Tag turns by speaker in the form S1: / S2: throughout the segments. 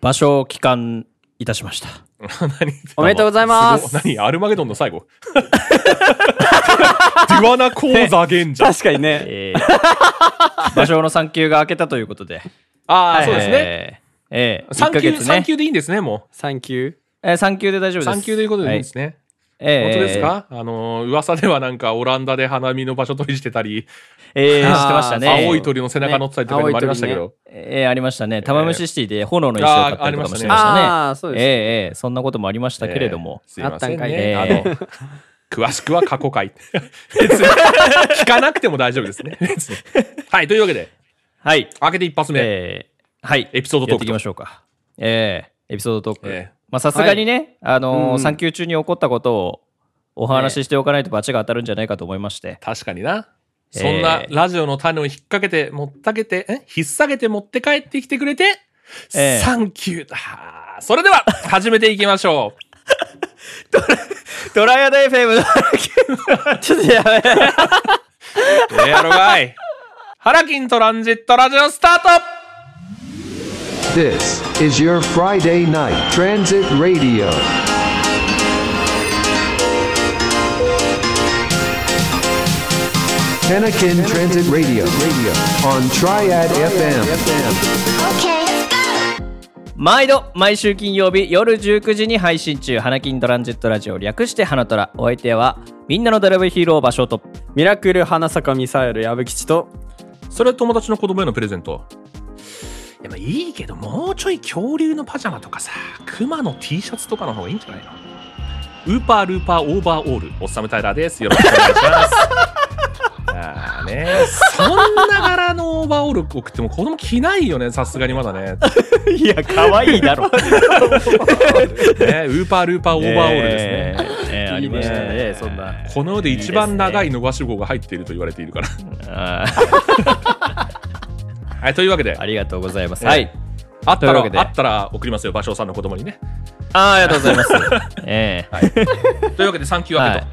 S1: 場所を帰還いたしました。
S2: 何
S3: おめでとうございます
S2: ご何アルマゲドンの最後デュアナ講座現じゃん。
S3: 確かにね。
S1: えー場所の産休が明けたということで。
S2: ああ、そうですね。
S1: えーえー、
S2: 産
S1: 1ヶ
S2: 休、
S1: 月ね
S2: 産。休でいいんですね、も
S3: サンキュー。
S1: えー産休で大丈夫
S2: う。
S1: です。
S2: 産休ということでいいんで
S1: は
S2: すね。
S1: えー
S2: 本当ですか、あのー、噂ではなんかオランダで花見の場所取りしてたり、
S1: えー、
S3: あー
S1: してましたね。
S2: 青い鳥の背中乗ってたりとかいうのもありましたけど、
S1: えー、ありましたね。玉虫シティで炎の石を買ったりとかもしてましたね。
S3: あーありましたねあーそうですね
S1: えーえーそんなこともありましたけれども
S2: え。ーすいません
S3: あったんかい
S2: ね、
S1: え
S2: あの詳しくは過去回別に 聞かなくても大丈夫ですね別にはいというわけで
S1: はい。
S2: 開けて一発目、
S1: えーはい。
S2: エピソード
S1: や
S2: トーク
S1: っていきましょうか。えーエピソードトーク。
S2: ええ
S1: まあ、さすがにね、あ
S3: うん
S1: の
S3: うん
S1: ー産休中に起こったことをお話ししておかないと罰が当たるんじゃないかと思いまして。
S2: 確かにな
S1: えー
S2: そんなラジオの種を引っ掛けて持ったけてえ引っ提げて持って帰ってきてくれて、
S1: えー
S2: サンキューだそれでは 始めていきましょう
S1: ドライアダ FM の
S3: ちょっとやべえ。
S2: どうやろがいハラキントランジットラジオスタート
S4: This is your Friday night transit radio. Panakin Transit Radio on Triad FM.
S5: Okay.
S1: 毎度毎週金曜日夜19時に配信中「花金トランジットラジオ」略して「花トラ」お相手はみんなのドラブヒーロー場所と
S3: ミラクル花坂ミサイル矢吹 吉と。
S2: それは友達の子供へのプレゼントいやまあいいけどもうちょい恐竜のパジャマとかさクマの T シャツとかの方がいいんじゃないのウーパールーパーオーバーオールおっさむタイラーですよろしくお願いしますああねそんな柄のオーバーオール送っても子供着ないよねさすがにまだねね
S1: いや可愛いだ ろ
S2: ウーパールーパーオーバーオールですね、
S1: ね、えーありましたね
S2: いいね
S1: そんな
S2: この世で一番長
S1: い
S2: い
S1: い
S2: 伸ばし号が入っていると言われているから。
S1: ですねあー
S2: はい、というわけで、
S1: ありがとうございます、
S2: えー
S1: はい
S2: あっ
S1: とい
S2: た
S1: う
S2: ら、
S1: わけで
S2: あったら送りますよ、芭蕉さんの子供にね。
S1: あーありがとうございます ええ
S2: というわけで、産休明けと。
S1: はい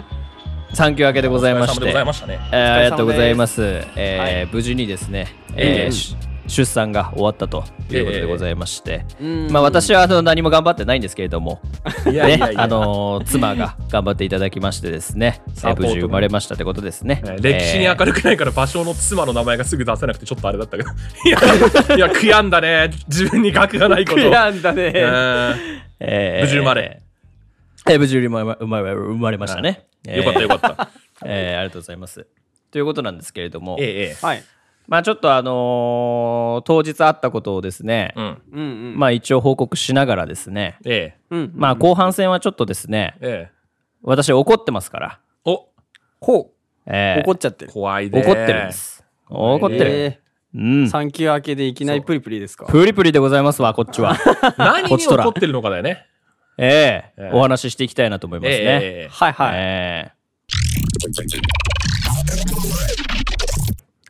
S1: 産休明けでございまし
S2: お疲
S1: て
S2: れ様でございましたね。
S1: えーありがとうございます。えー
S3: は
S1: 無事にですね、
S2: え
S1: えー
S2: え
S1: し出産が終わったということでございまして、
S3: うん
S1: まあ、私はあの何も頑張ってないんですけれども、
S2: い
S1: ねあのー妻が頑張っていただきましてですね、え
S2: サ
S1: ー
S2: ポ
S1: 無
S2: ートね
S1: 事生まれましたってことですね。
S2: えー歴史に明るくないから、芭蕉の妻の名前がすぐ出せなくて、ちょっとあれだった けど。いや、いや悔やんだね。自分に額がないこと。
S3: 選んだ
S2: え
S3: ね。
S2: ー
S1: えー
S2: 無事生まれ。
S1: えー無事生まれ生まれ生まれましたね。
S2: よかった、よか
S1: っ
S2: った。
S1: た、えーありがとうございます。ということなんですけれども、
S2: ええ、え
S3: はい。
S1: まあちょっとあのー当日あったことをですね、
S2: え。うん。
S3: うんうん。
S1: まあ一応報告しながらですね、
S2: ええ、
S3: うん。
S1: まあ後半戦はちょっとですね、
S2: ええ。
S1: 私怒ってますから、
S2: お、
S3: こ
S1: え
S3: う。
S1: ー
S3: 怒っちゃってる。
S2: 怖いで。
S1: 怒ってるんで。す。怒ってる。
S3: え
S1: うん
S3: ー。産休明けでいきなりプリプリですか。
S1: プリプリでございますわ、こっ ちは。
S2: 何に
S1: こっちとら
S2: 怒ってるのかだよね。
S1: ええ
S2: ええ
S1: お話ししていきたいなと思いますね。
S2: ええ
S1: え
S2: ええ、ええ。
S3: はいはい。
S1: え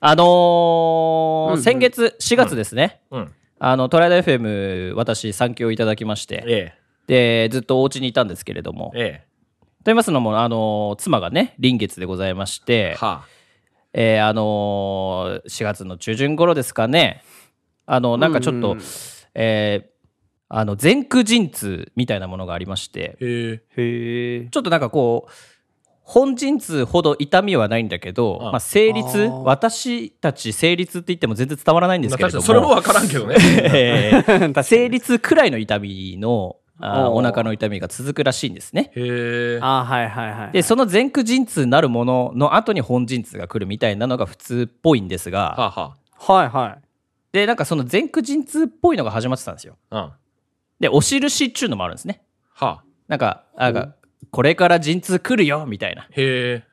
S1: あのー
S3: うんうん
S1: 先月4月ですね、
S2: うん。
S1: あのトライダ FM 私産休をいただきまして
S2: ええ、
S1: でずっとお家にいたんですけれどもと
S2: え
S1: 言いますのも、あのー妻がね臨月でございまして、
S2: え。は
S1: えーあのー4月の中旬頃ですかねあのなんかちょっと、
S3: うんうん
S1: えーあの前駆陣痛みたいなものがありまして
S2: あ。へえ。
S3: へえ。
S1: ちょっとなんかこう本陣痛ほど痛みはないんだけど、
S2: うん
S1: まあ、生理痛
S3: あー
S1: 私たち生理痛って言っても全然伝わらないんですけれど
S2: 確か
S1: も
S2: にそれもわからんけどね。
S1: えー
S3: 確かに
S1: 生理痛くらいの痛みのあー
S3: お
S1: お
S3: ー
S1: 腹の痛みが続くらしいんですね。
S2: へえ。
S3: あーはいはいはい。
S1: でその前駆陣痛なるものの後に本陣痛が来るみたいなのが普通っぽいんですが、
S2: はあは
S3: はいはい。
S1: でなんかその前駆陣痛っぽいのが始まってたんですよ。
S2: あ。うん。は
S1: でお印っちゅうのもあるんですね。
S2: あ。
S1: なんかなんかこれから陣痛来るよみたいな
S2: へえ。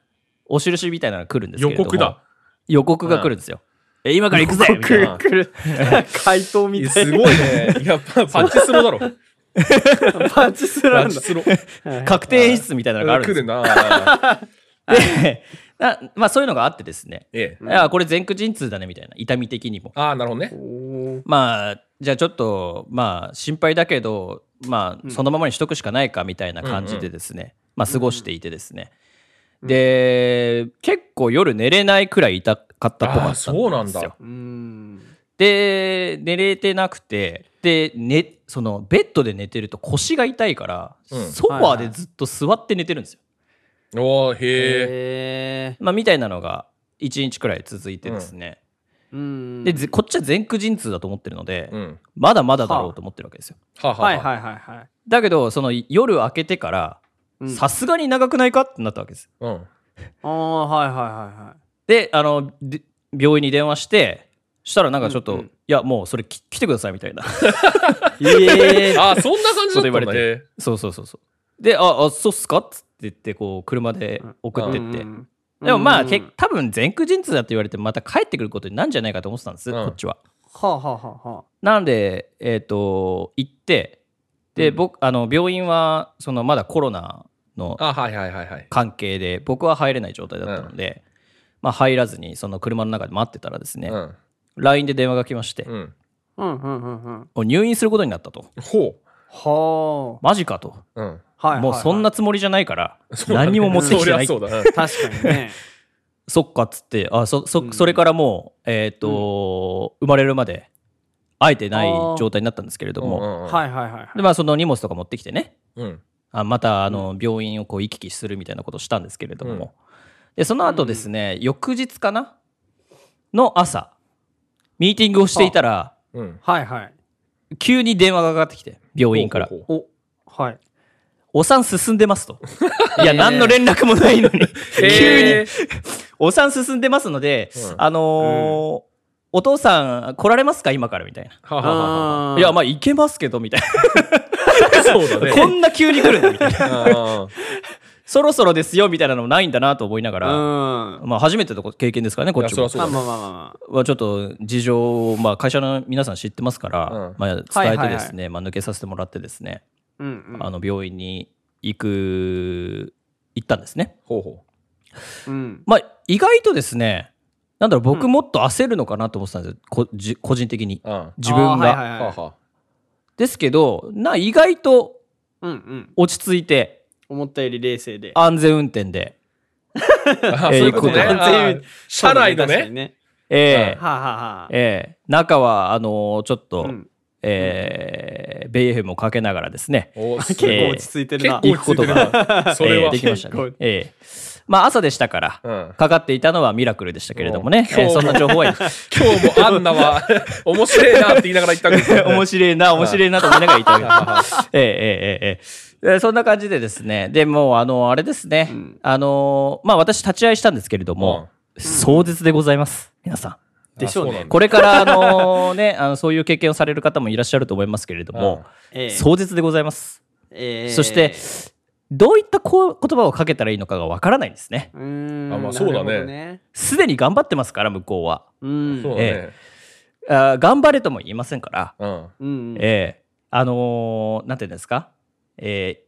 S1: お印みたいなのが来るんですけ
S2: 予
S1: れども
S2: 告だ。
S1: 予告が来るんですよ。え今から行くぜみたいな
S3: くるく る。回答みたい
S2: すごいね。いや、パパチスロだろ。
S3: な。パチスロな
S2: パ
S3: ん
S2: チ
S3: だ。
S2: スロ。
S1: 確定演出みたいなのがあるんで
S2: 来
S1: す
S2: る
S1: よ。
S2: な。
S1: でなまあそういうのがあってですね。
S2: ええ。
S1: あこれ前駆陣痛だねみたいな痛み的にも。
S2: ああ、なるほどね。
S3: おー
S1: まあじゃあちょっとまあ心配だけどまあそのままにしとくしかないかみたいな感じでですね、まあ過ごしていてですね。で結構夜寝れないくらい痛かったっぽかったんですよ。
S2: あーそうなんだ
S3: うーん。
S1: で寝れてなくてで、ね、そのベッドで寝てると腰が痛いから、
S2: うん
S1: ソファーでずっと座って寝てるんですよ。
S2: おーへえ
S3: へえ。
S1: まあ、みたいなのが1日くらい続いてですね、
S3: うん。
S1: でぜこっちは前駆陣痛だと思ってるので、
S2: うん
S1: まだまだだろうと思ってるわけですよ。
S2: はあはあ
S3: はい
S2: は
S3: はいはいはい。
S1: だけどその夜明けてから
S3: うん
S1: さすがに長くないかってなったわけです。
S2: あうん
S3: ああ、はいはいはいはい。
S1: であので病院に電話してしたらなんかちょっと、
S3: うんうん
S1: いやもうそれき来てくださいみたいな
S3: ええ。
S2: あーそんな感じ
S1: そ
S2: だったんだ
S1: う言われて
S2: へ
S1: そうそうそうそうで「ああそうっすか?」っつって言ってこう車で送ってって、
S3: うん
S1: でもまあ、
S3: うん
S1: け多分前駆陣痛だって言われてまた帰ってくることになんじゃないかと思ってたんです、
S2: うん
S1: こっちは
S3: はあはあはあはあ。
S1: なんでえっ、と行ってで、
S3: うん
S1: 僕あの病院はそのまだコロナの
S2: ーあはいはいはいはい
S1: 関係で僕は入れない状態だったので、まあ入らずにその車の中で待ってたらですね、
S2: うん
S1: LINE で電話が来まして、
S2: うん
S3: うんうんうんうん。
S1: お入院することになったと
S2: ほ
S3: は
S1: マジかと、
S2: ううん
S3: あ。はい。
S1: もうそんな。つもりじゃないから、何も持ってきてない
S2: そりゃそうだ
S3: 確かにね。
S1: そっかっつってあそそ,、
S3: うん
S1: それからもうえっ、と、生まれるまで会えてない
S3: あー
S1: 状態になったんですけれども、
S2: は
S3: はいはいはい。
S1: でまあその荷物とか持ってきてね
S2: いうん
S1: あまたあの病院をこう行き来するみたいなことをしたんですけれども、でその後ですね、翌日かなの朝ミーティングをしていたら
S2: うん
S3: はいはい。
S1: 急に電話がかかってきて病院から
S2: ほうほうほう
S3: お、はい。
S1: 「お産進んでます」 と「いや何の連絡もないのに急
S2: え
S1: に「お産進んでますので、
S2: うん
S1: あのーお父さん来られますか今から」みたいな。
S2: はあはあはあはあ
S1: いやまあ行けますけどみたい
S2: そうだ
S1: な
S2: ね
S1: こんな急に来るの みたいな
S2: あー
S1: そろそろですよみたいなのもないんだなと思いなが
S3: うん。
S1: ら、
S3: ま
S1: まあ初めての経験ですからねこっち
S2: い
S1: も
S2: やそりゃ
S3: あまあまあまあまあ。
S1: はちょっと事情を、まあ、会社の皆さん知ってますから、
S2: うん
S1: まあ、伝
S3: はい
S1: え
S3: は
S1: て
S3: いはい
S1: ですね、まあ、抜けさせてもらってですね、
S3: うんうん。
S1: あの病院に行く行ったんですね、
S2: ほうほう
S3: うん。
S1: まあ、意外とですねなんだろう僕もっと焦るのかなと思ってたんですよ、こじ個人的に
S2: うんは
S1: 自分が、
S3: あーはいはい
S2: あ
S3: はい。
S2: はあ
S1: ですけどな意外と
S3: うんうん。
S1: 落ち着いて
S3: 思ったより冷静で。
S1: 安全運転で、
S2: あ
S1: えー
S2: そういうことね。
S1: 行くこと
S3: が
S2: あー
S3: そう
S2: 車内の
S3: だ確か
S2: ね
S3: に。ね。
S1: ええ
S3: はあはあはあ。
S1: ええ中はあのちょっと、
S3: うん
S1: ええベイエフもかけながらですね
S2: おす
S3: 結
S2: ごい
S3: 構落ち着いてるな。
S1: ええ行くこと
S2: がそれ
S1: ええ
S2: は
S1: できました
S3: 結
S1: ね
S3: 構。
S1: ええまあ朝でしたから、
S2: うん
S1: かかっていたのはミラクルでしたけれどもね、
S2: うん
S1: ええそんな情報は
S2: 今日もアンナ は面白いなって言いながら言ったんですけ どね
S1: 面白いな面白いなと思いながら言ったわけ
S2: あ
S1: です ええええええええそんな感じでですねでもうあのあれですね、
S3: ん
S1: あのまあ私立ち会いしたんですけれども、壮絶でございます皆さん。
S3: でしょうね
S2: そうなんだ
S1: これからあのねあのそういう経験をされる方もいらっしゃると思いますけれども、
S3: ええ
S1: 壮絶でございます、
S3: ええ
S1: そしてどういったこう言葉をかけたらいいのかがわからないんですね
S3: うーん。
S2: あまあそうだね
S3: なるほどね。
S1: すでに頑張ってますから向こうは
S3: うん。
S2: そうだ
S1: え
S2: ね
S1: あー頑張れとも言いませんから、
S2: うん
S3: うん。
S1: ええあのーなんていうんですか、ええ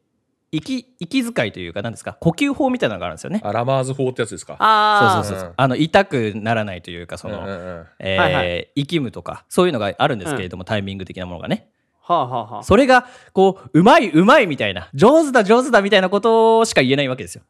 S1: 息息遣いというかなんですか呼吸法みたいなのがあるんですよね
S2: あラマーズ法ってやつですか
S1: そう
S3: ああ。
S1: そうそうそう、
S2: うん
S1: あの痛くならないというかその、
S2: うんうんうん
S1: ええ
S3: はいは
S1: 息むとかそういうのがあるんですけれども、タイミング的なものがね
S3: はあはあはあ。
S1: それがこううまいうまいみたいな上手だ上手だみたいなことしか言えないわけですよ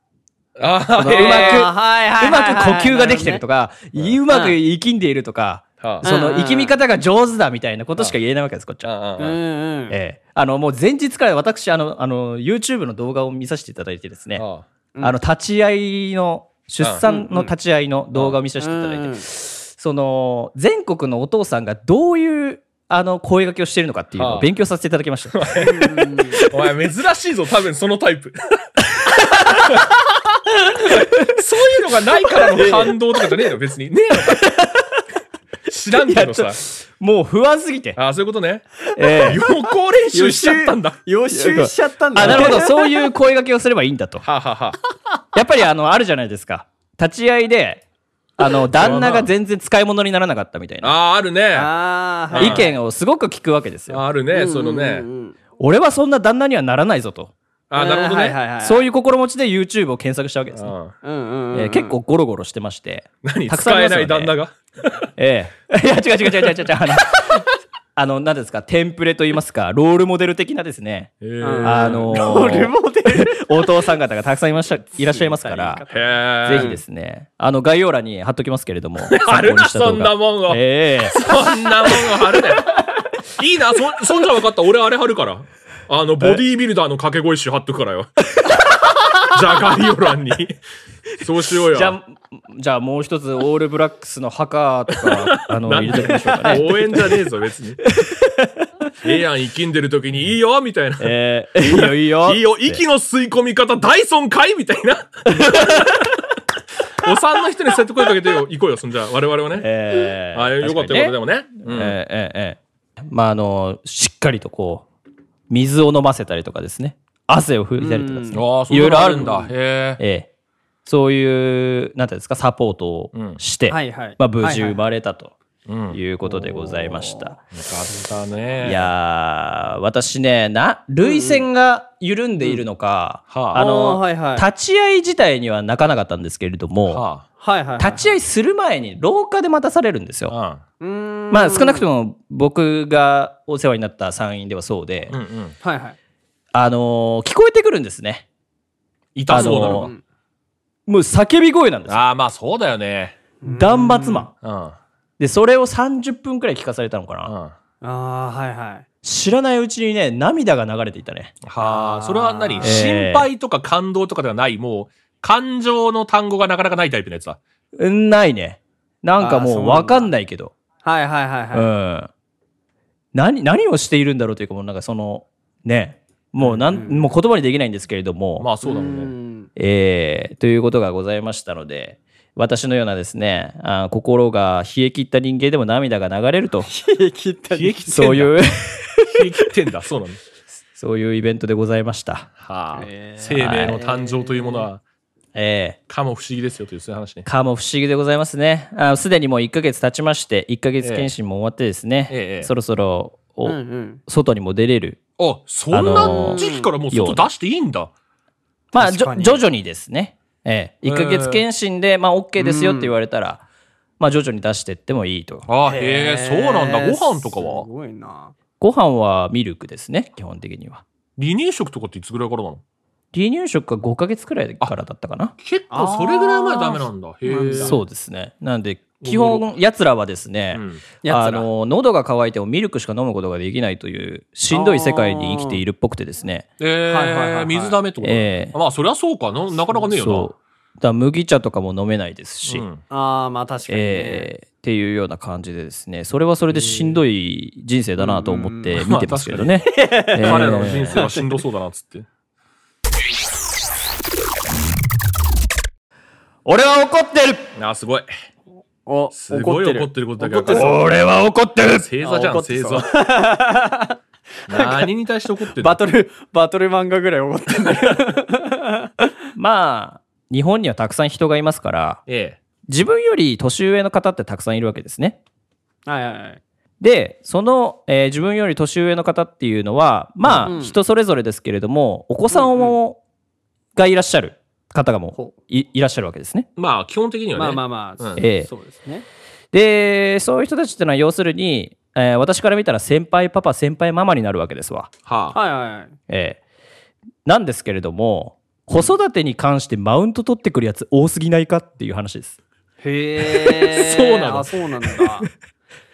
S2: あ
S1: あのうま
S2: ー
S1: く
S2: へー
S3: はいはいは
S1: う
S3: い
S1: ま
S3: は
S1: く
S3: い
S1: 呼吸ができてるとか、うまく生きんでいるとか、
S2: は
S1: そ
S3: うん
S1: の
S3: うん
S1: 生き見方が上手だみたいなことしか言えないわけです、こっちは。
S2: あ
S3: う
S2: うんんうん
S3: うん。
S1: ええあのもう前日から私あのあの YouTube の動画を見させていただいてですね、
S2: あ
S3: うん
S1: あの立ち会いの出産の立ち会いの動画を見させていただいて、
S3: うんうん
S1: その全国のお父さんがどういうあの声掛けをしているのかっていうの
S2: は
S1: を
S2: あ
S1: 勉強させていただきました。
S2: お前珍しいぞ多分そのタ イプそういうのがないからの感動とかじゃねえよ別にねえのか知らんけど
S1: い
S2: さ
S1: やもう不安すぎて、
S2: あーそういうことね
S1: ええ
S2: 予行練習しちゃったんだ。
S3: 予習しちゃったんだ。
S1: あなるほどそういう声掛けをすればいいんだと
S2: はあ、はあは
S1: やっぱりあのあるじゃないですか立ち会いであの旦那が全然使い物にならなかったみたい
S2: あ、
S1: な
S2: あーあるね。あ
S3: ああ、はい
S1: 意見をすごく聞くわけです
S2: ー
S1: よ
S2: あるね、そのね。
S1: 俺はそんな旦那にはならないぞと
S2: あーなるほど
S3: はいは
S2: ね。
S3: いはい。
S1: そう
S3: い
S1: いう心持ちで YouTube を検索したわけですね
S2: あー
S3: うんうんうん。
S1: えー結構ゴロゴロしてまして
S2: 何
S1: たくさん
S2: 使
S1: あ
S2: え
S1: りますよ
S2: な
S1: ね
S2: い旦那が。
S1: ええいや違う違う違う違う違うあのあの、何ですか、テンプレと言いますか、ロールモデル的なですね、
S2: え
S3: うん
S2: ー、
S1: あのー
S3: ロールモデル。
S1: お父さん方がたくさんいま した、いらっしゃいますから、
S2: へ
S1: ぜひですね、あの、概要欄に貼っときますけれども、
S2: ある
S1: 参考
S2: な
S1: にした動画
S2: そんなもんを
S1: ええ
S2: そんなもんは貼 るね。いいな、そ、そんじゃ分かった。俺あれ貼るから。あの、ボディービルダーの掛け声集貼っとくからよ。 じゃがいオ欄に。そうしようよ。
S1: じゃあ、じゃあもう一つ、オールブラックスの墓とか、あの、
S2: なん
S1: 入れておきましょうかね。
S2: 応援じゃねえぞ、別に。ええやん、生きんでる時にいいよ、みたいな。
S1: ええ いいよいいよ。
S2: いいよ、息の吸い込み方、ダイソンかいみたい な。お産の人にそうやって声かけてよ、行こうよ、そんじゃ、我々はね。
S1: ええ
S2: あよかったよかった、でもね。う
S1: え
S2: ん
S1: えええええまああのしっかりとこう水を飲ませたりとかですね汗を拭いたりとかですね、
S2: ああ、そ
S1: いろいろある
S2: んだ。へえ。
S1: ええそういうなんていうんですかサポートをして、
S3: はいはい
S1: まあ、無事
S3: はいはい
S1: 生まれたと
S2: うん。よ
S1: いうことでございました、
S2: かったね。
S1: い、やー私ねな涙腺が緩んでいるのか、
S2: うんはあ
S1: あの
S3: あーはいはい
S1: 立ち会い自体には泣かなかったんですけれども、
S2: は
S3: はいはい。
S1: 立ち会いする前に廊下で待たされるんですよ。
S2: あ。
S3: うーん
S1: まあ少なくとも僕がお世話になった産院ではそうで、
S2: うんうん。
S3: はいはい。
S1: あのー聞こえてくるんですね。
S2: 痛そうだ
S1: あ
S2: ろ。
S1: のーもう叫び声なんですよ。
S2: ああ、まあそうだよね。
S1: 断末魔。
S2: うん。
S1: で、それを30分くらい聞かされたのかな。
S2: は
S3: ああ、はいはい。
S1: 知らないうちにね、涙が流れていたね。
S2: あ、それは何、
S3: えー
S2: 心配とか感動とかではない、もう、感情の単語がなかなかないタイプのやつだ。
S1: うん、ないね。なんか
S3: あーそう
S1: も
S3: な
S1: うん
S3: だ
S1: わかんないけど。
S3: はいはいはいうはい。
S1: ん。何、何をしているんだろうというか、もうなんかその、ね、もうなん、
S3: うん
S1: もう言葉にできないんですけれども。
S2: まあそうだもんね。
S3: ね。
S1: えーということがございましたので、私のようなですね、あー心が冷え切った人間でも涙が流れると、
S3: 冷え切ったり。
S2: 冷え切ってん
S1: そ
S2: だ。
S1: ういう、
S2: 冷え切ってんだ。そうなんだ。
S1: そういうイベントでございました。
S2: はあ、
S3: えー
S2: 生命の誕生というものは、
S1: え
S2: かも不思議ですよというそういう話ね
S1: ー、。かも不思議でございますね。あーすでにもう1ヶ月経ちまして、1ヶ月検診も終わってですね、
S2: ええええ
S1: そろそろお、
S3: うんうん。
S1: 外にも出れる。
S2: あ、そんな
S1: あのー
S2: 時期からもう
S1: よう
S2: 外
S1: な
S2: 出していいんだ。
S1: まあ、
S3: 確
S1: じ
S3: か
S1: ょ
S3: に
S1: 徐々にですね、えー、1ヶ月検診で、まあ、OK ですよって言われたら、まあ、徐々に出していってもいいと。
S2: ああ、へえ、そうなんだ。
S3: へー
S2: ご飯とか
S3: す
S2: は
S3: ごいな。
S1: ご飯はミルクですね、基本的には。
S2: 離乳食とかっていつぐらいからなの
S1: 離乳食が5ヶ月くらいからだったかな。
S2: 結構それぐらい前ダメなんだ。へえ。
S1: そうですね。なんで、基本、やつらはですね、
S2: うん。
S3: や
S1: あ
S3: つら。
S1: の、喉が渇いてもミルクしか飲むことができないという、しんどい世界に生きているっぽくてですね。
S2: えー
S3: はいはいはいはい
S2: 水ダメってこと、
S1: ええ
S2: まあ、そりゃそうかな。なかなかねえ
S1: そう
S2: よ。
S1: だから麦茶とかも飲めないですし、
S2: な。うん
S3: ああ、まあ確かにね。
S1: えーっていうような感じでですね、それはそれでしんどい人生だなと思って見てますけどね。えー
S2: 彼らの人生はしんどそうだな、つって。
S1: 俺は怒ってる
S2: あー、すごい。
S3: お、
S2: すごい
S3: 怒ってる。
S2: 怒ってることだけ
S3: 怒ってる
S2: わか
S1: 俺は怒ってる
S2: る正座じゃ
S3: あ怒
S2: ん、
S3: って
S2: 正
S3: そう
S2: 座。 何に対して怒ってる
S3: バトル、バトル漫画ぐらい怒ってんだよ。
S1: まあ、日本にはたくさん人がいますから、
S2: え
S1: 自分より年上の方ってたくさんいるわけですね。
S3: はいはいはい。
S1: でその、えー自分より年上の方っていうのはまあ、
S3: うん
S1: 人それぞれですけれどもお子さんを、がいらっしゃる方がも
S3: ほ
S1: ういいらっしゃるわけですね。
S2: え。まあ、基本的にはね。
S3: まあまあまあ、
S2: うん
S1: ええ
S3: そうですね。
S1: でそういう人たちってのは要するに、えー私から見たら先輩パパ先輩ママになるわけですわ。
S2: はあ。
S3: はいはいはい。
S1: えーなんですけれども子育てに関してマウント取ってくるやつ多すぎないかっていう話です。
S3: へえ
S2: そうなの
S3: あそうなんだ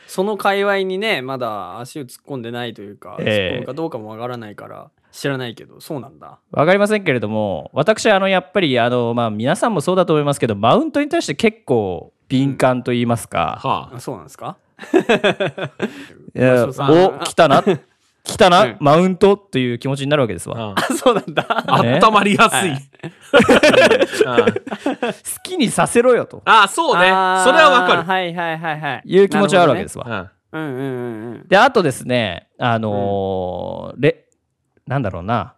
S3: その界隈にねまだ足を突っ込んでないというか、
S1: ええ
S3: 突っ込むかどうかもわからないから知らないけどそうなんだ
S1: わかりませんけれども私あのやっぱりあの、まあ、皆さんもそうだと思いますけどマウントに対して結構敏感と言いますか、
S2: はあ
S3: あ。そうなんですか
S1: いや
S3: 場所さん
S1: お、来た な。来た
S3: う
S1: な、
S3: ん
S1: マウントっていう気持ちになるわけですわ。
S2: あ
S3: あそうなんだ
S2: あ
S1: ね
S2: 温まりやすい。うん
S1: 好きにさせろよと
S2: ああ、そうね。それはわかる。
S3: はいはいはいはい
S1: いう気持ちはあるわけですわ。
S2: うん
S3: うんうんうんうん
S1: で、あとですね、あのーレ、なんだろうな、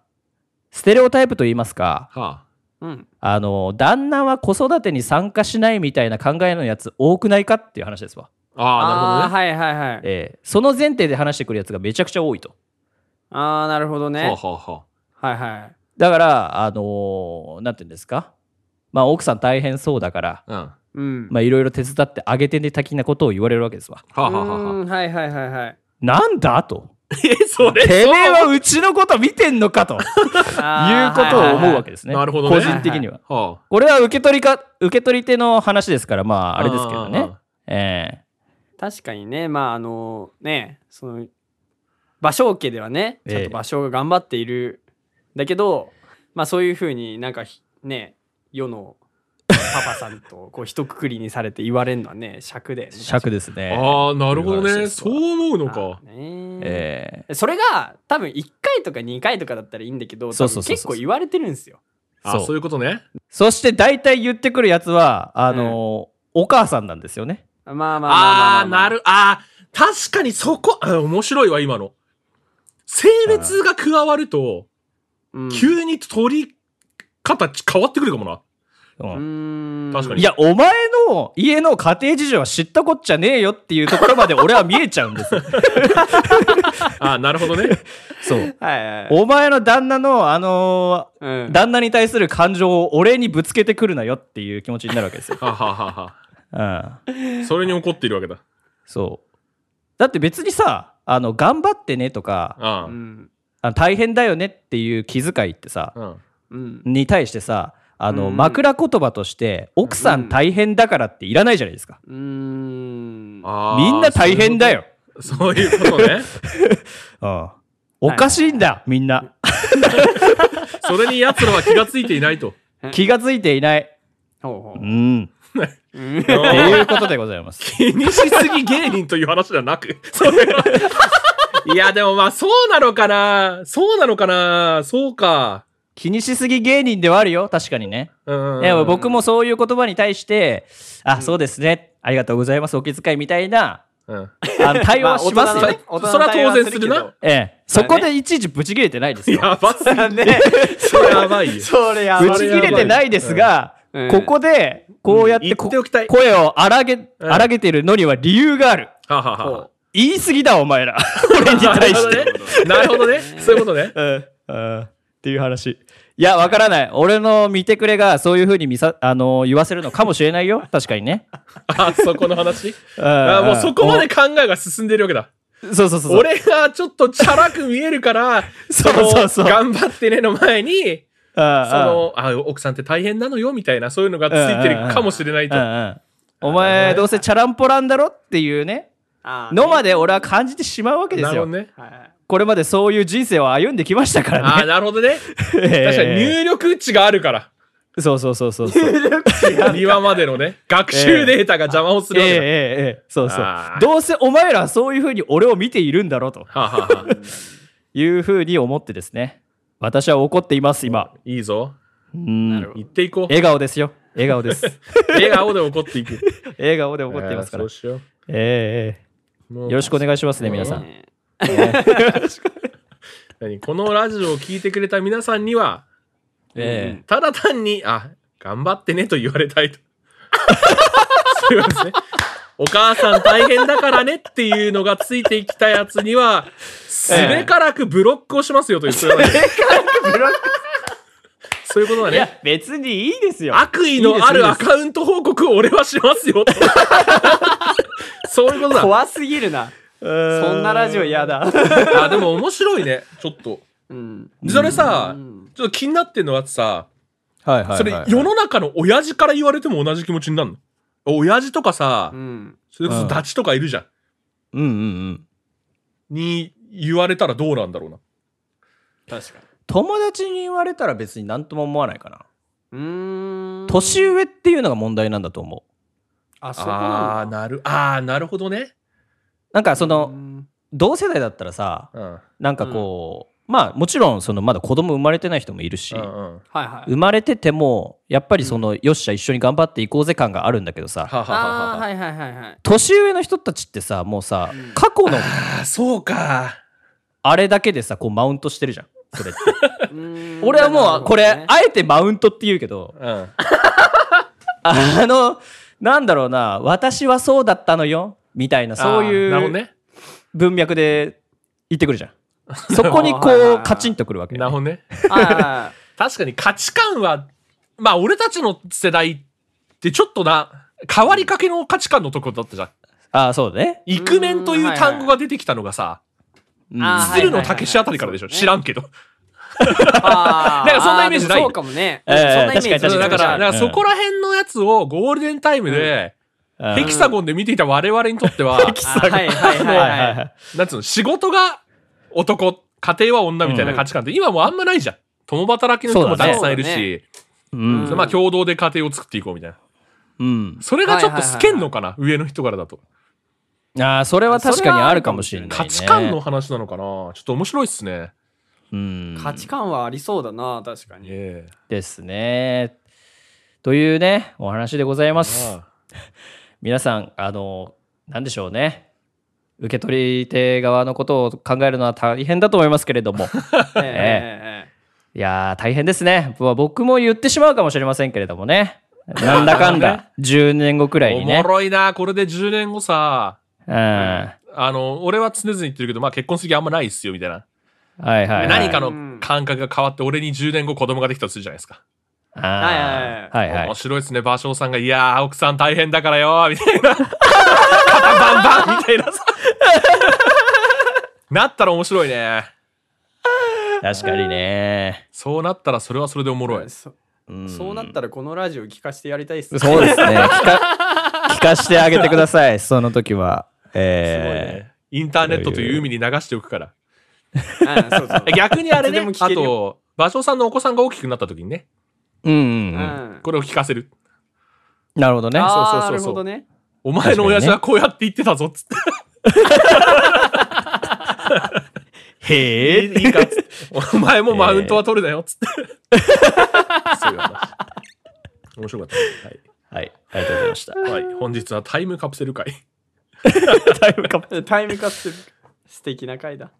S1: ステレオタイプと言いますか、
S2: は
S3: うん
S1: あのー旦那は子育てに参加しないみたいな考えのやつ多くないかっていう話ですわ。
S2: あ。ああ、なるほどね。
S3: はいはいはい
S1: えーその前提で話してくるやつがめちゃくちゃ多いと。
S3: ああなるほどね
S2: はあはあは
S3: はいはい
S1: だから、あのーなんて言うんですか、まあ、奥さん大変そうだから、
S2: あ。うん。は
S3: うん
S1: まあ、いろいろ手伝ってあげてね的なことを言われるわけですわ。
S2: あはあ
S3: う
S2: はあは
S3: んはいはいはいはい
S1: なんだと。
S2: え、それ、
S1: てめえはうちのこと見てんのかと いうことを思うわけ
S3: で
S1: ですね。
S2: なるほどね
S1: 個人的には。
S2: は
S1: これは受け取りか、受け取り手の話ですから、まあ、あれですけど
S2: あー
S1: ね
S2: あ。
S1: ええ
S3: 確かにねまああのねその芭蕉家ではねちゃんと芭蕉が頑張っている、だけどまあそういうふうになんかひね世のパパさんとこう一括りにされて言われるのはね尺で、ね、
S1: 尺です
S2: あ、
S1: ね。
S2: ああ、なるほど
S1: いう話
S2: ね。
S1: です
S2: そ
S1: わ
S2: う思うの
S3: あ
S2: か。
S3: ね
S1: ええ
S3: それが多分1回とか2回とかだったらいいんだけど多
S1: そうそう
S3: 分
S1: そうそう
S3: 結構言われてるんですよ。
S2: あ
S1: そう
S2: そういうことね。
S1: そして大体言ってくるやつは、あの、お母さんなんですよね。
S3: まあまあまあま
S2: あ
S3: あ
S2: あ、
S3: まあ
S2: なる、ああ、確かにそこ、あ面白いわ、今の。性別が加わると、
S3: うん
S2: 急に取り方変わってくるかもな。
S1: う
S3: うんーん
S2: 確かに
S1: いや、お前の家の家庭事情は知ったこっちゃねえよっていうところまで俺は見えちゃうん ですよ。
S2: ああ、なるほどね。
S1: そう。
S3: はいはいはい
S1: お前の旦那の、あの
S3: うん
S1: 旦那に対する感情を俺にぶつけてくるなよっていう気持ちになるわけ ですよ。
S2: はあはあはあは
S1: うん。
S2: あそれに怒っているわけだ。
S1: そう。だって別にさ、あの、頑張ってねとか、
S2: あ
S3: うん
S1: あの大変だよねっていう気遣いってさ
S2: あ、、うん。
S3: うん
S1: に対してさ、あの、
S3: うん
S1: 枕言葉として、奥さん大変だからっていらないじゃないですか。
S3: うーん
S2: ああ
S1: みんな大変だ。よ。
S2: そういうことそう いうことね。
S1: うん。おかしいんだ、みんな。
S2: それに奴らは気がついていないと。
S1: 気がついていない。
S3: ほうほ
S1: うん。
S3: ううん
S2: あ
S1: って
S2: ー
S1: いうことでございます。
S2: 気にしすぎ芸人という話ではなく、それはいや、でもまあ、そうなのかなそうなのかなそうか。
S1: 気にしすぎ芸人ではあるよ、確かにね。
S2: うん。
S1: でも僕もそういう言葉に対して、あ、そうですね。ありがとうございます。お気遣いみたいな、
S2: うん。
S1: あの対応はしますよ。
S3: あ大人のね大人の
S2: それは
S3: 対応
S2: 当然するな
S3: けど
S1: ええ、そこでいちいちブチ切れてないですよ。
S2: やばすぎる。
S3: ね、
S2: それやばいよ。
S3: それやばい
S1: ブチ切れてないですが、
S3: うん
S1: ここで、こうやってこ
S2: うん言っておきたい
S1: 声を荒げ、
S2: うん
S1: 荒げてるのには理由がある。
S2: はあはあ
S3: そ
S2: はあ
S3: う
S1: 言い過ぎだ、お前ら。俺に対して。
S2: なるほどね。そういうことね。
S1: うんうんっていう話。いや、わからない。俺の見てくれがそういうふうに見さ、あの言わせるのかもしれないよ。確かにね。
S2: あ、そこの話。
S1: うん
S2: あもうそこまで
S1: ん
S2: 考えが進んでるわけだ。
S1: おそうそうそうそう。
S2: 俺がちょっとチャラく見えるから、
S1: そうそうそう
S2: の頑張ってねの前に、
S1: そ
S2: その、あ、奥さんって大変なのよみたいな、そういうのがついてるかもしれないと
S1: う。んうんお前どうせチャランポランだろっていうね
S3: あー
S1: のまで俺は感じてしまうわけで
S2: な
S1: す
S2: るほ
S1: よ、
S2: どね。
S3: はい
S1: これまでそういう人生を歩んできましたか
S2: あ
S1: ら
S2: ー
S1: ね
S2: なるほ どね。
S1: 確
S2: 確かに入力値がある から。
S1: そうそうそうそうそう
S2: 庭までのね、学習データが邪魔をす
S1: ええ
S2: るわけだ。
S1: ええええそうそう
S2: あー
S1: どうせお前らはそういうふうに俺を見ているんだろうと
S2: はあはあはあ
S1: いうふうに思ってですね私は怒っています今
S2: いいぞ。
S1: うん
S3: なるほど
S2: 行っていこう。
S1: 笑顔ですよ笑顔です
S2: 笑顔で怒っていく。
S1: 笑顔で 怒っていますから
S2: あーそうしよ
S1: えええ
S2: うも
S1: え
S2: う
S1: よろしくお願いしますね皆さん
S3: ね
S2: 何このラジオを聞いてくれた皆さんには、
S1: え
S2: ただ単に、あ、頑張ってねと言われたいと。 すいません。お母さん大変だからねっていうのがついてきたやつには、すべからくブロックをしますよという、それはねそういうことだ
S1: えいや
S2: ね。
S1: 別にいいですよ
S2: 悪意のあるアカウント報告を俺はしますよと。そういうことだ。
S3: 怖すぎるなそんなラジオ嫌だ
S2: あでも面白いねちょっと
S3: うん
S2: それさ、
S3: うん
S2: ちょっと気になってんのはさ
S1: はいはい
S2: それ世の中の親父から言われても同じ気持ちになるの親父とかさ、
S3: うん
S2: それこ
S1: う
S2: そ
S1: ん
S2: ダチとかいるじゃん、
S1: うんうんうん
S2: に言われたらどうなんだろうな
S3: 確かに
S1: 友達に言われたら別に何とも思わないかな
S3: うーん
S1: 年上っていうのが問題なんだと思う
S3: あそこ
S2: あ
S3: な
S2: あ
S3: ん
S2: ー
S3: だ
S2: なるあーなるほどね、
S1: なんかそうの
S3: ん
S1: 同世代だったらさ
S2: うん、うん
S1: なんかこう、まあもちろんそのまだ子供生まれてない人もいるし、
S2: うんは
S3: はいはい
S1: 生まれててもやっぱりその、よっしゃ一緒に頑張っていこうぜ感があるんだけどさ
S2: ははは
S3: あー
S2: は
S3: はいはいはいはい
S1: 年上の人たちってさもうさ、
S3: うん
S1: 過去の
S2: あーそうか
S1: あれだけでさこうマウントしてるじゃんそ れって俺
S3: 俺
S1: はもうこれ、あえてマウントって言うけど
S2: うん
S1: あのなんだろうな私はそうだったのよみたいなそうい
S2: あー
S1: う
S2: なるほどね
S1: 文脈で言ってくるじ ゃん。そこにこ
S3: あーはいはいう
S1: カチンとくるわけ
S2: なるほどね
S3: あ
S2: 確かに価値観はまあ俺たちの世代ってちょっとな変わりかけの価値観のとこだったじゃん
S1: ああ、そうだね。
S2: イクメンという単語が出てきたのがさ、
S1: うん
S3: あー
S2: 鶴野武史あたりからでしょ、
S3: はいはい
S2: 知らんけど。
S3: あ
S2: なんかそんなイメージない
S3: あでもそうかもね。
S1: ええ
S3: そんなイメージ
S1: 確かに確
S2: だ
S1: に
S2: から、だから
S1: うん
S2: そこら辺のやつをゴールデンタイムで、ヘキサゴンで見ていた我々にとっては、
S3: あはいはいはい
S1: はいは
S3: はいい
S1: は
S3: はいい。
S2: なんつうの、仕事が男、家庭は女みたいな価値観って、今もうあんまないじゃん。共働きの人もたくさんいる
S3: そうだね
S2: し、
S1: うん
S3: う。ん
S2: まあ共同で家庭を作っていこうみたいな。
S1: うん。
S2: それがちょっと透けんのかな、上の人からだと。
S1: ああ、それは確かにあるかもしれない、ね。
S2: 価値観の。話なのかなちょっと面白いっすね。
S1: うん。
S3: 価値観はありそうだな、確かに。
S2: え
S1: ですね。というね、お話でございま
S2: え
S1: す。皆さん、あの、なんでしょうね。受け取り手側のことを考えるのは大変だと思いますけれども。
S3: えええええ
S1: いやー、大変ですね。まあ僕も言ってしまうかもしれませんけれどもね。なんだかんだ、10年後くらい
S2: お
S1: に
S2: も
S1: ね。
S2: ろいな、これで10年後さ、
S1: うん。は
S2: あの、俺は常々言ってるけど、まあ結婚する気あんまないっすよ、みたいな。
S1: いはい、はい。
S2: 何か
S1: の。
S2: の感覚が変わって、俺に10年後子供ができたとするじゃないですか。
S1: あーはいはい
S2: 面。白いですね、芭蕉さんが、いやー、奥さん大変だからよ、みたいな。肩バンバンみたいなさ。なったら面白いね。
S1: 確かにね。
S2: そうなったらそれはそれでおもろい
S3: え。そそうなったらこのラジオ聞かせてやりたいっすね。
S1: そうですね。聞か、聞かしてあげてください。その時は。
S2: すごい
S1: え
S2: ね。インターネットという海に流しておくから。
S3: うんそうそう
S2: 逆にあれね、
S3: いつでも聞
S2: あ
S3: けるよ
S2: と、芭蕉さんのお子さんが大きくなった時にね、
S1: えうん
S3: う
S1: うんうん。
S3: ん。
S2: これを聞かせる。
S1: なるほどね。
S3: あー
S2: そうそうそうそう
S3: なるほどね。
S2: お前の親父はこうやって言ってたぞ、つって。
S1: へえ。
S2: いいかっつって、お前もマウントは取るなよ、つ って。そういう話。面白かった。はい。
S1: はい。ありがとうございました。
S2: はい、本日はタイムカプセル会。
S1: タイムカプ
S3: タイムカプセル。素敵な回だ。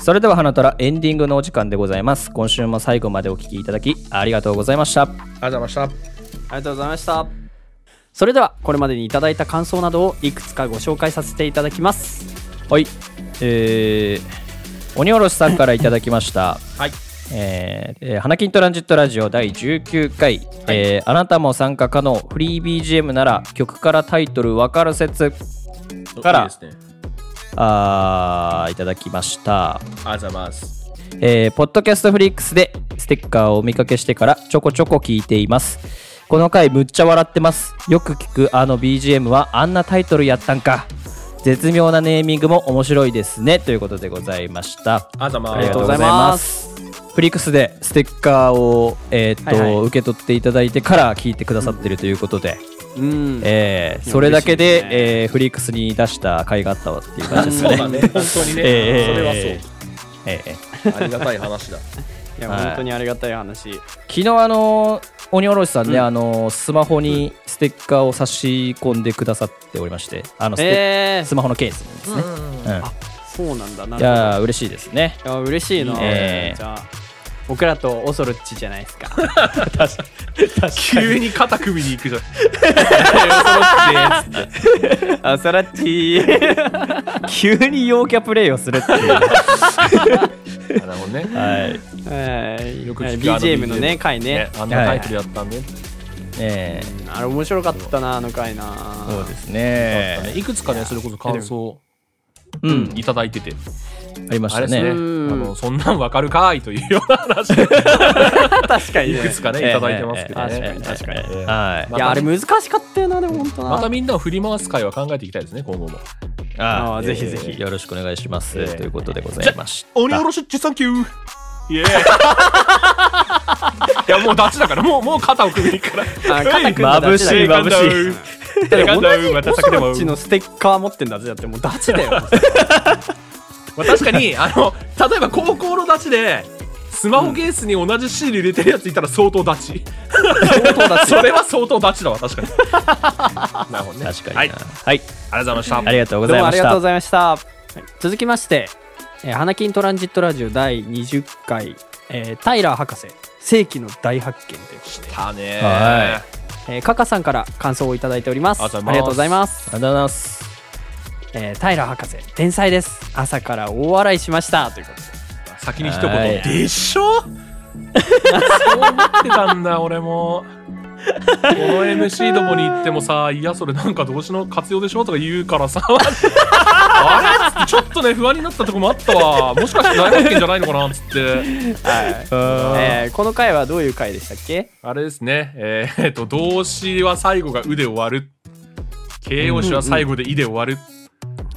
S1: それでは花たらエンディングのお時間でございます。今週も最後までお聞きいただきありがとうございました。
S2: ありがとうございました。
S3: ありがとうございました。それではこれまでにいただいた感想などをいくつかご紹介させていただきます。
S1: はい。えー、鬼おろしさんからいただきました。
S2: はい。
S1: えーえー花金トランジットラジオ第19回、えーあなたも参加可能フリー BGM なら曲からタイトル分かる説から
S2: いいですね
S1: あーいただきました、
S2: ありがとうございます。
S1: えーポッドキャストフリックスでステッカーをお見かけしてからちょこちょこ聞いていますこの回むっちゃ笑ってますよく聞くあの BGM はあんなタイトルやったんか絶妙なネーミングも面白いですねということでございました
S2: ありがとうご
S1: あ
S2: ざ
S1: りが
S2: いま
S1: と
S2: す
S1: うございます。フリックスでステッカーを、えーっと
S3: はいはい
S1: 受け取っていただいてから聞いてくださってるということで、
S3: うん。
S1: えーそれだけで
S3: 嬉しいです
S1: えーフリックスに出した甲斐があったわっていう感じですね。
S2: そうだね。本当にね。
S1: えー
S2: それは
S1: えーえー
S2: そう。ありがたい話だ。
S3: いや、
S1: はい
S3: 本当にありがたい話。
S1: 昨日あのー鬼おろしさんね、あのースマホにステッカーを差し込んでくださっておりましてあのステ
S3: えー
S1: スマホのケースですね。うん
S3: そうなんだな。
S1: いやー嬉しいですね。
S3: いや嬉しいな、
S1: ええ
S3: じゃあ僕らとオソロッチじゃないですか
S2: 急に肩組みに行くじゃん。恐ろしいです
S3: オソロッチ
S1: 急に陽キャプレイをするっていう。 は
S2: なるほどね。
S1: い。
S3: はい
S2: よく聞くあの
S3: BGM の
S2: BGM
S3: ね回ね
S2: ね、あんなタイトルやったんで。
S1: え
S3: あれ面白かったなあの回な
S1: ー、そうですね。
S2: いくつかね、それこそ感想
S1: うん、
S2: いただいてて、
S1: ありまし
S2: あ
S1: た
S2: れですね、
S1: ね
S2: あ。
S3: うん
S2: のそんなんわかるかいというような話、い
S3: 確かにね
S2: くつかね、いただいてますけど
S1: ええええええ確
S2: ね。
S1: かに確か
S2: え
S1: に。
S2: え
S1: はい。
S3: いやあれ難しかったよなでも本当な
S2: またみんなを振り回す会は考えていきたいですね、今後も。
S1: あ
S3: あーぜひぜ
S1: え
S3: ひ
S1: ーよろしくお願いします、
S2: えー
S1: ということでございました。
S2: 鬼おろしっちサンキューイエーイいやもうダチだからもうもう肩を組みに行くから
S3: あ肩組んだ
S1: 眩しい眩しい。
S2: い肩を
S3: 同
S2: 組
S3: じ
S2: む
S3: オ
S2: 私だ
S3: ソ
S2: けでも
S3: ロッチのステッカー持ってんだぜだってもうダチだよ
S2: まあ確かにあの例えば高校のダチでスマホケースに同じシール入れてるやついたら相当ダチ、
S3: 相当ダチ
S2: それは相当ダチだわ確かになるほどね
S1: 確かにな、
S2: はい、あり
S1: はい。
S2: がとうございました
S1: ありがとうご
S3: ど
S1: ざ
S3: う
S1: い
S3: も
S1: ま
S3: あり
S1: し
S3: がとうご
S1: た。
S3: ざいました。続きまして、えー花金トランジットラジオ第20回、えータイラー博士、世紀の大発見というこ
S2: したね
S1: はい
S3: とで、えーカカさんから感想をいただいております。
S2: あ
S3: あ
S2: り
S3: り
S2: がと
S3: がと
S2: う
S3: う
S2: ご
S3: ご
S2: ざ
S3: ざ
S2: い
S3: います。
S1: ありがとうございます。
S3: えー平博士天才です朝から大笑いしましたということで
S2: 先に一言
S1: はい
S2: でしょそう思ってたんだ俺もこの MC どもに行ってもさ「いやそれなんか動詞の活用でしょ?」とか言うからさ「あれ?」っつってちょっとね不安になったとこもあったわもしかして大発見じゃないのかなっつって
S3: えーこの回はどういう回でしたっけ
S2: あれですねえーえっと動詞は最後が「う」で終わる形容詞は最後で「い」で終わる、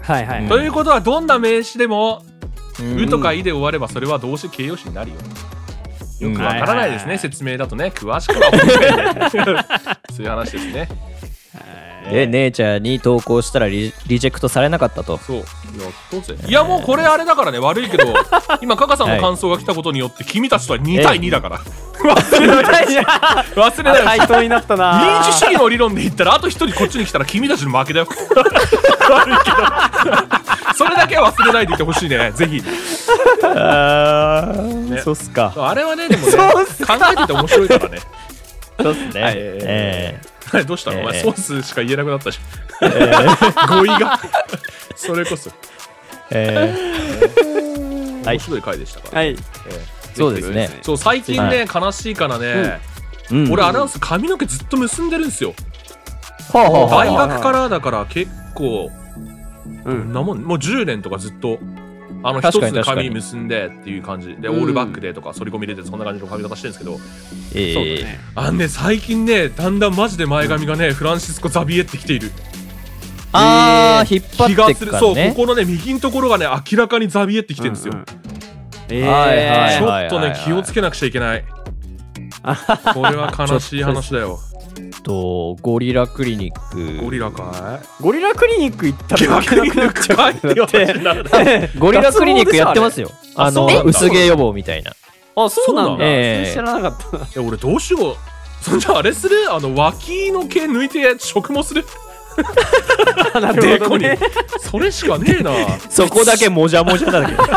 S3: はいはい、
S2: ということはどんな名詞でも「う」とか「い」で終わればそれは動詞形容詞になるよ
S1: うん
S2: わからないですね、説明だとね、詳しくは 本当にねそういう話ですね。
S1: で、姉ちゃんに投稿したらリリジェクトされなかったと。
S2: そう、やっとぜ。いや、もうこれあれだからね、悪 いけど、今、カカさんの感想が来たことによって、君たちとは2対2だから。忘れない 忘れない
S3: 対等になったな
S2: 民主主義の理論で言ったら、あと1人こっちに来たら、君たちの負けだよ。悪いけど それだけは忘れないでいてほしいね、 ぜひ。
S1: ああ、
S2: ね
S1: そうっすか。
S2: あれはね、でもね、考えてて面白いからね。
S1: そうっすね。
S2: はい
S1: え
S2: はい どうしたのお前、
S1: ええ
S2: ソースしか言えなくなったじゃん。語彙が。それこそ。
S1: ーえ
S2: 面白い回でしたから、
S3: はい
S1: ーそうですね。
S2: そう最近ね、悲しいからね、
S1: うん
S2: 俺アナウンス髪の毛ずっと結んでるんですよ、
S1: ほうほうほう
S2: 大学からだから結構
S3: うん
S2: なもんもう10年とかずっとあの
S1: 確
S2: 一つ
S1: かに
S2: の
S1: 確かに
S2: 髪結んでっていう感じでオ
S3: うん
S2: ールバックでとか反り込み入れてそんな感じの髪型してるんですけど
S1: え
S3: そうだ
S1: ー
S3: ね
S2: あのね最近ねだんだんマジで前髪がねフランシスコ・ザビエってきている
S1: ああ、引っ張っ
S2: 気が
S1: て
S2: す
S1: く
S2: る
S1: か
S2: そ
S1: ら
S2: うこ
S1: ね。
S2: このね右のところがね明らかにザビエってきてるんですよ
S3: ううえー
S1: はいはい
S2: ちょっと
S1: はいはい
S2: ね
S1: はい
S2: 気をつけなくちゃいけないこれは悲しい話だよ
S1: とゴリラクリニック。
S2: ゴリラかい
S3: ゴリラクリニック行ったら負けなくなっちゃう
S2: 逆に 抜かいって話になるな
S1: ゴリラクリニックやってますよ。
S2: あ
S1: あの
S2: そうなんだ
S1: 薄毛予防みたいな。
S3: あそうなんだ、
S1: ええ
S3: それ知らなかっ
S2: え俺どうしようそれじゃああれするあの脇の毛抜いて植毛する
S3: た な
S2: デ
S3: るほ
S2: コ
S3: ど
S2: に
S3: ね
S2: それしかねえな
S1: そこだけもじゃもじゃだけど
S2: そ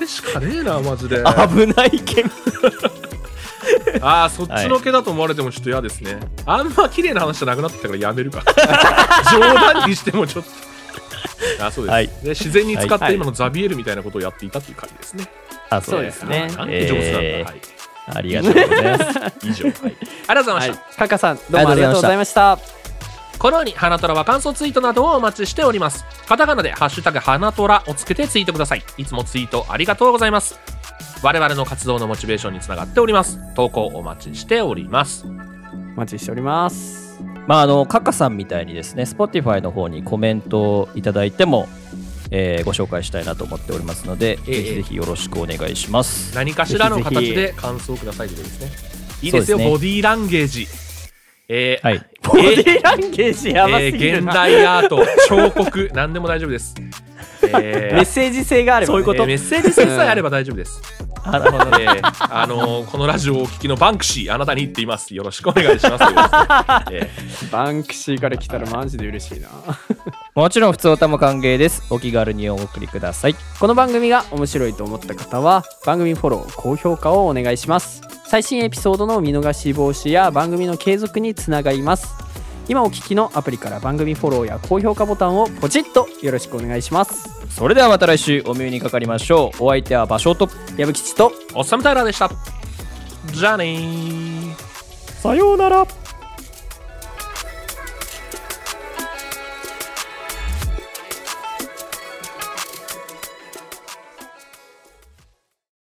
S2: れしかねえなマジであ
S1: 危ないけど。
S2: あーそっちの毛だと思われてもちょっと嫌ですね、あんま綺麗な話じゃなくなってきたからやめるか冗談にしてもちょっとあそうです、
S1: はい
S2: で自然に使っ
S3: はい
S2: て今のザビエルみたいなことをやっていたっていう感じですね、
S1: あ、
S3: そうですね
S2: なんて上手なんだ、
S1: えー
S2: はい
S1: ありがとうございます。
S2: 以上、はい、ありがとうございま
S3: は
S2: し
S3: い
S2: た、
S3: カカさんどうもありがとうございました
S2: このように花虎は感想ツイートなどをお待ちしておりますカタカナで「ハッシュタグ花虎」をつけてツイートくださいいつもツイートありがとうございます我々の活動のモチベーションにつながっております投稿お待ちしております
S3: お待ちしております
S1: まああのカカさんみたいにですね、Spotify の方にコメントをいただいても、えーご紹介したいなと思っておりますので、
S2: ええ
S1: ぜひぜひよろしくお願いします。
S2: 何かしらの
S3: ぜひ
S2: 形
S3: ぜ
S2: で感想をくださいということですねいいですよ
S1: そうですね
S2: ボディーランゲージえー
S1: はい。
S3: ボディランゲージやば
S2: え
S3: す
S2: ー
S3: ぎる
S2: 現
S3: な、
S2: 代アート彫刻 何でも大丈夫です、えー
S3: メッセージ性があれば、ね、
S2: えーメッセージ性さえあれば大丈夫です。なるほどね。あのーこのラジオをお聞きのバンクシー、あなたに言っています。よろしくお願いし ます。ということですねえ
S3: バンクシーから来たらマジで嬉しいな
S1: もちろん普通歌も歓迎です。お気軽にお送りください。
S3: この番組が面白いと思った方は番組フォロー高評価をお願いします最新エピソードの見逃し防止や番組の継続につながります今お聞きのアプリから番組フォローや高評価ボタンをポチッとよろしくお願いします
S1: それではまた来週お耳にかかりましょう。お相手は場所と。
S3: 矢吹吉と
S2: ーおっさんタイラーでした。じゃあねー。
S3: さようなら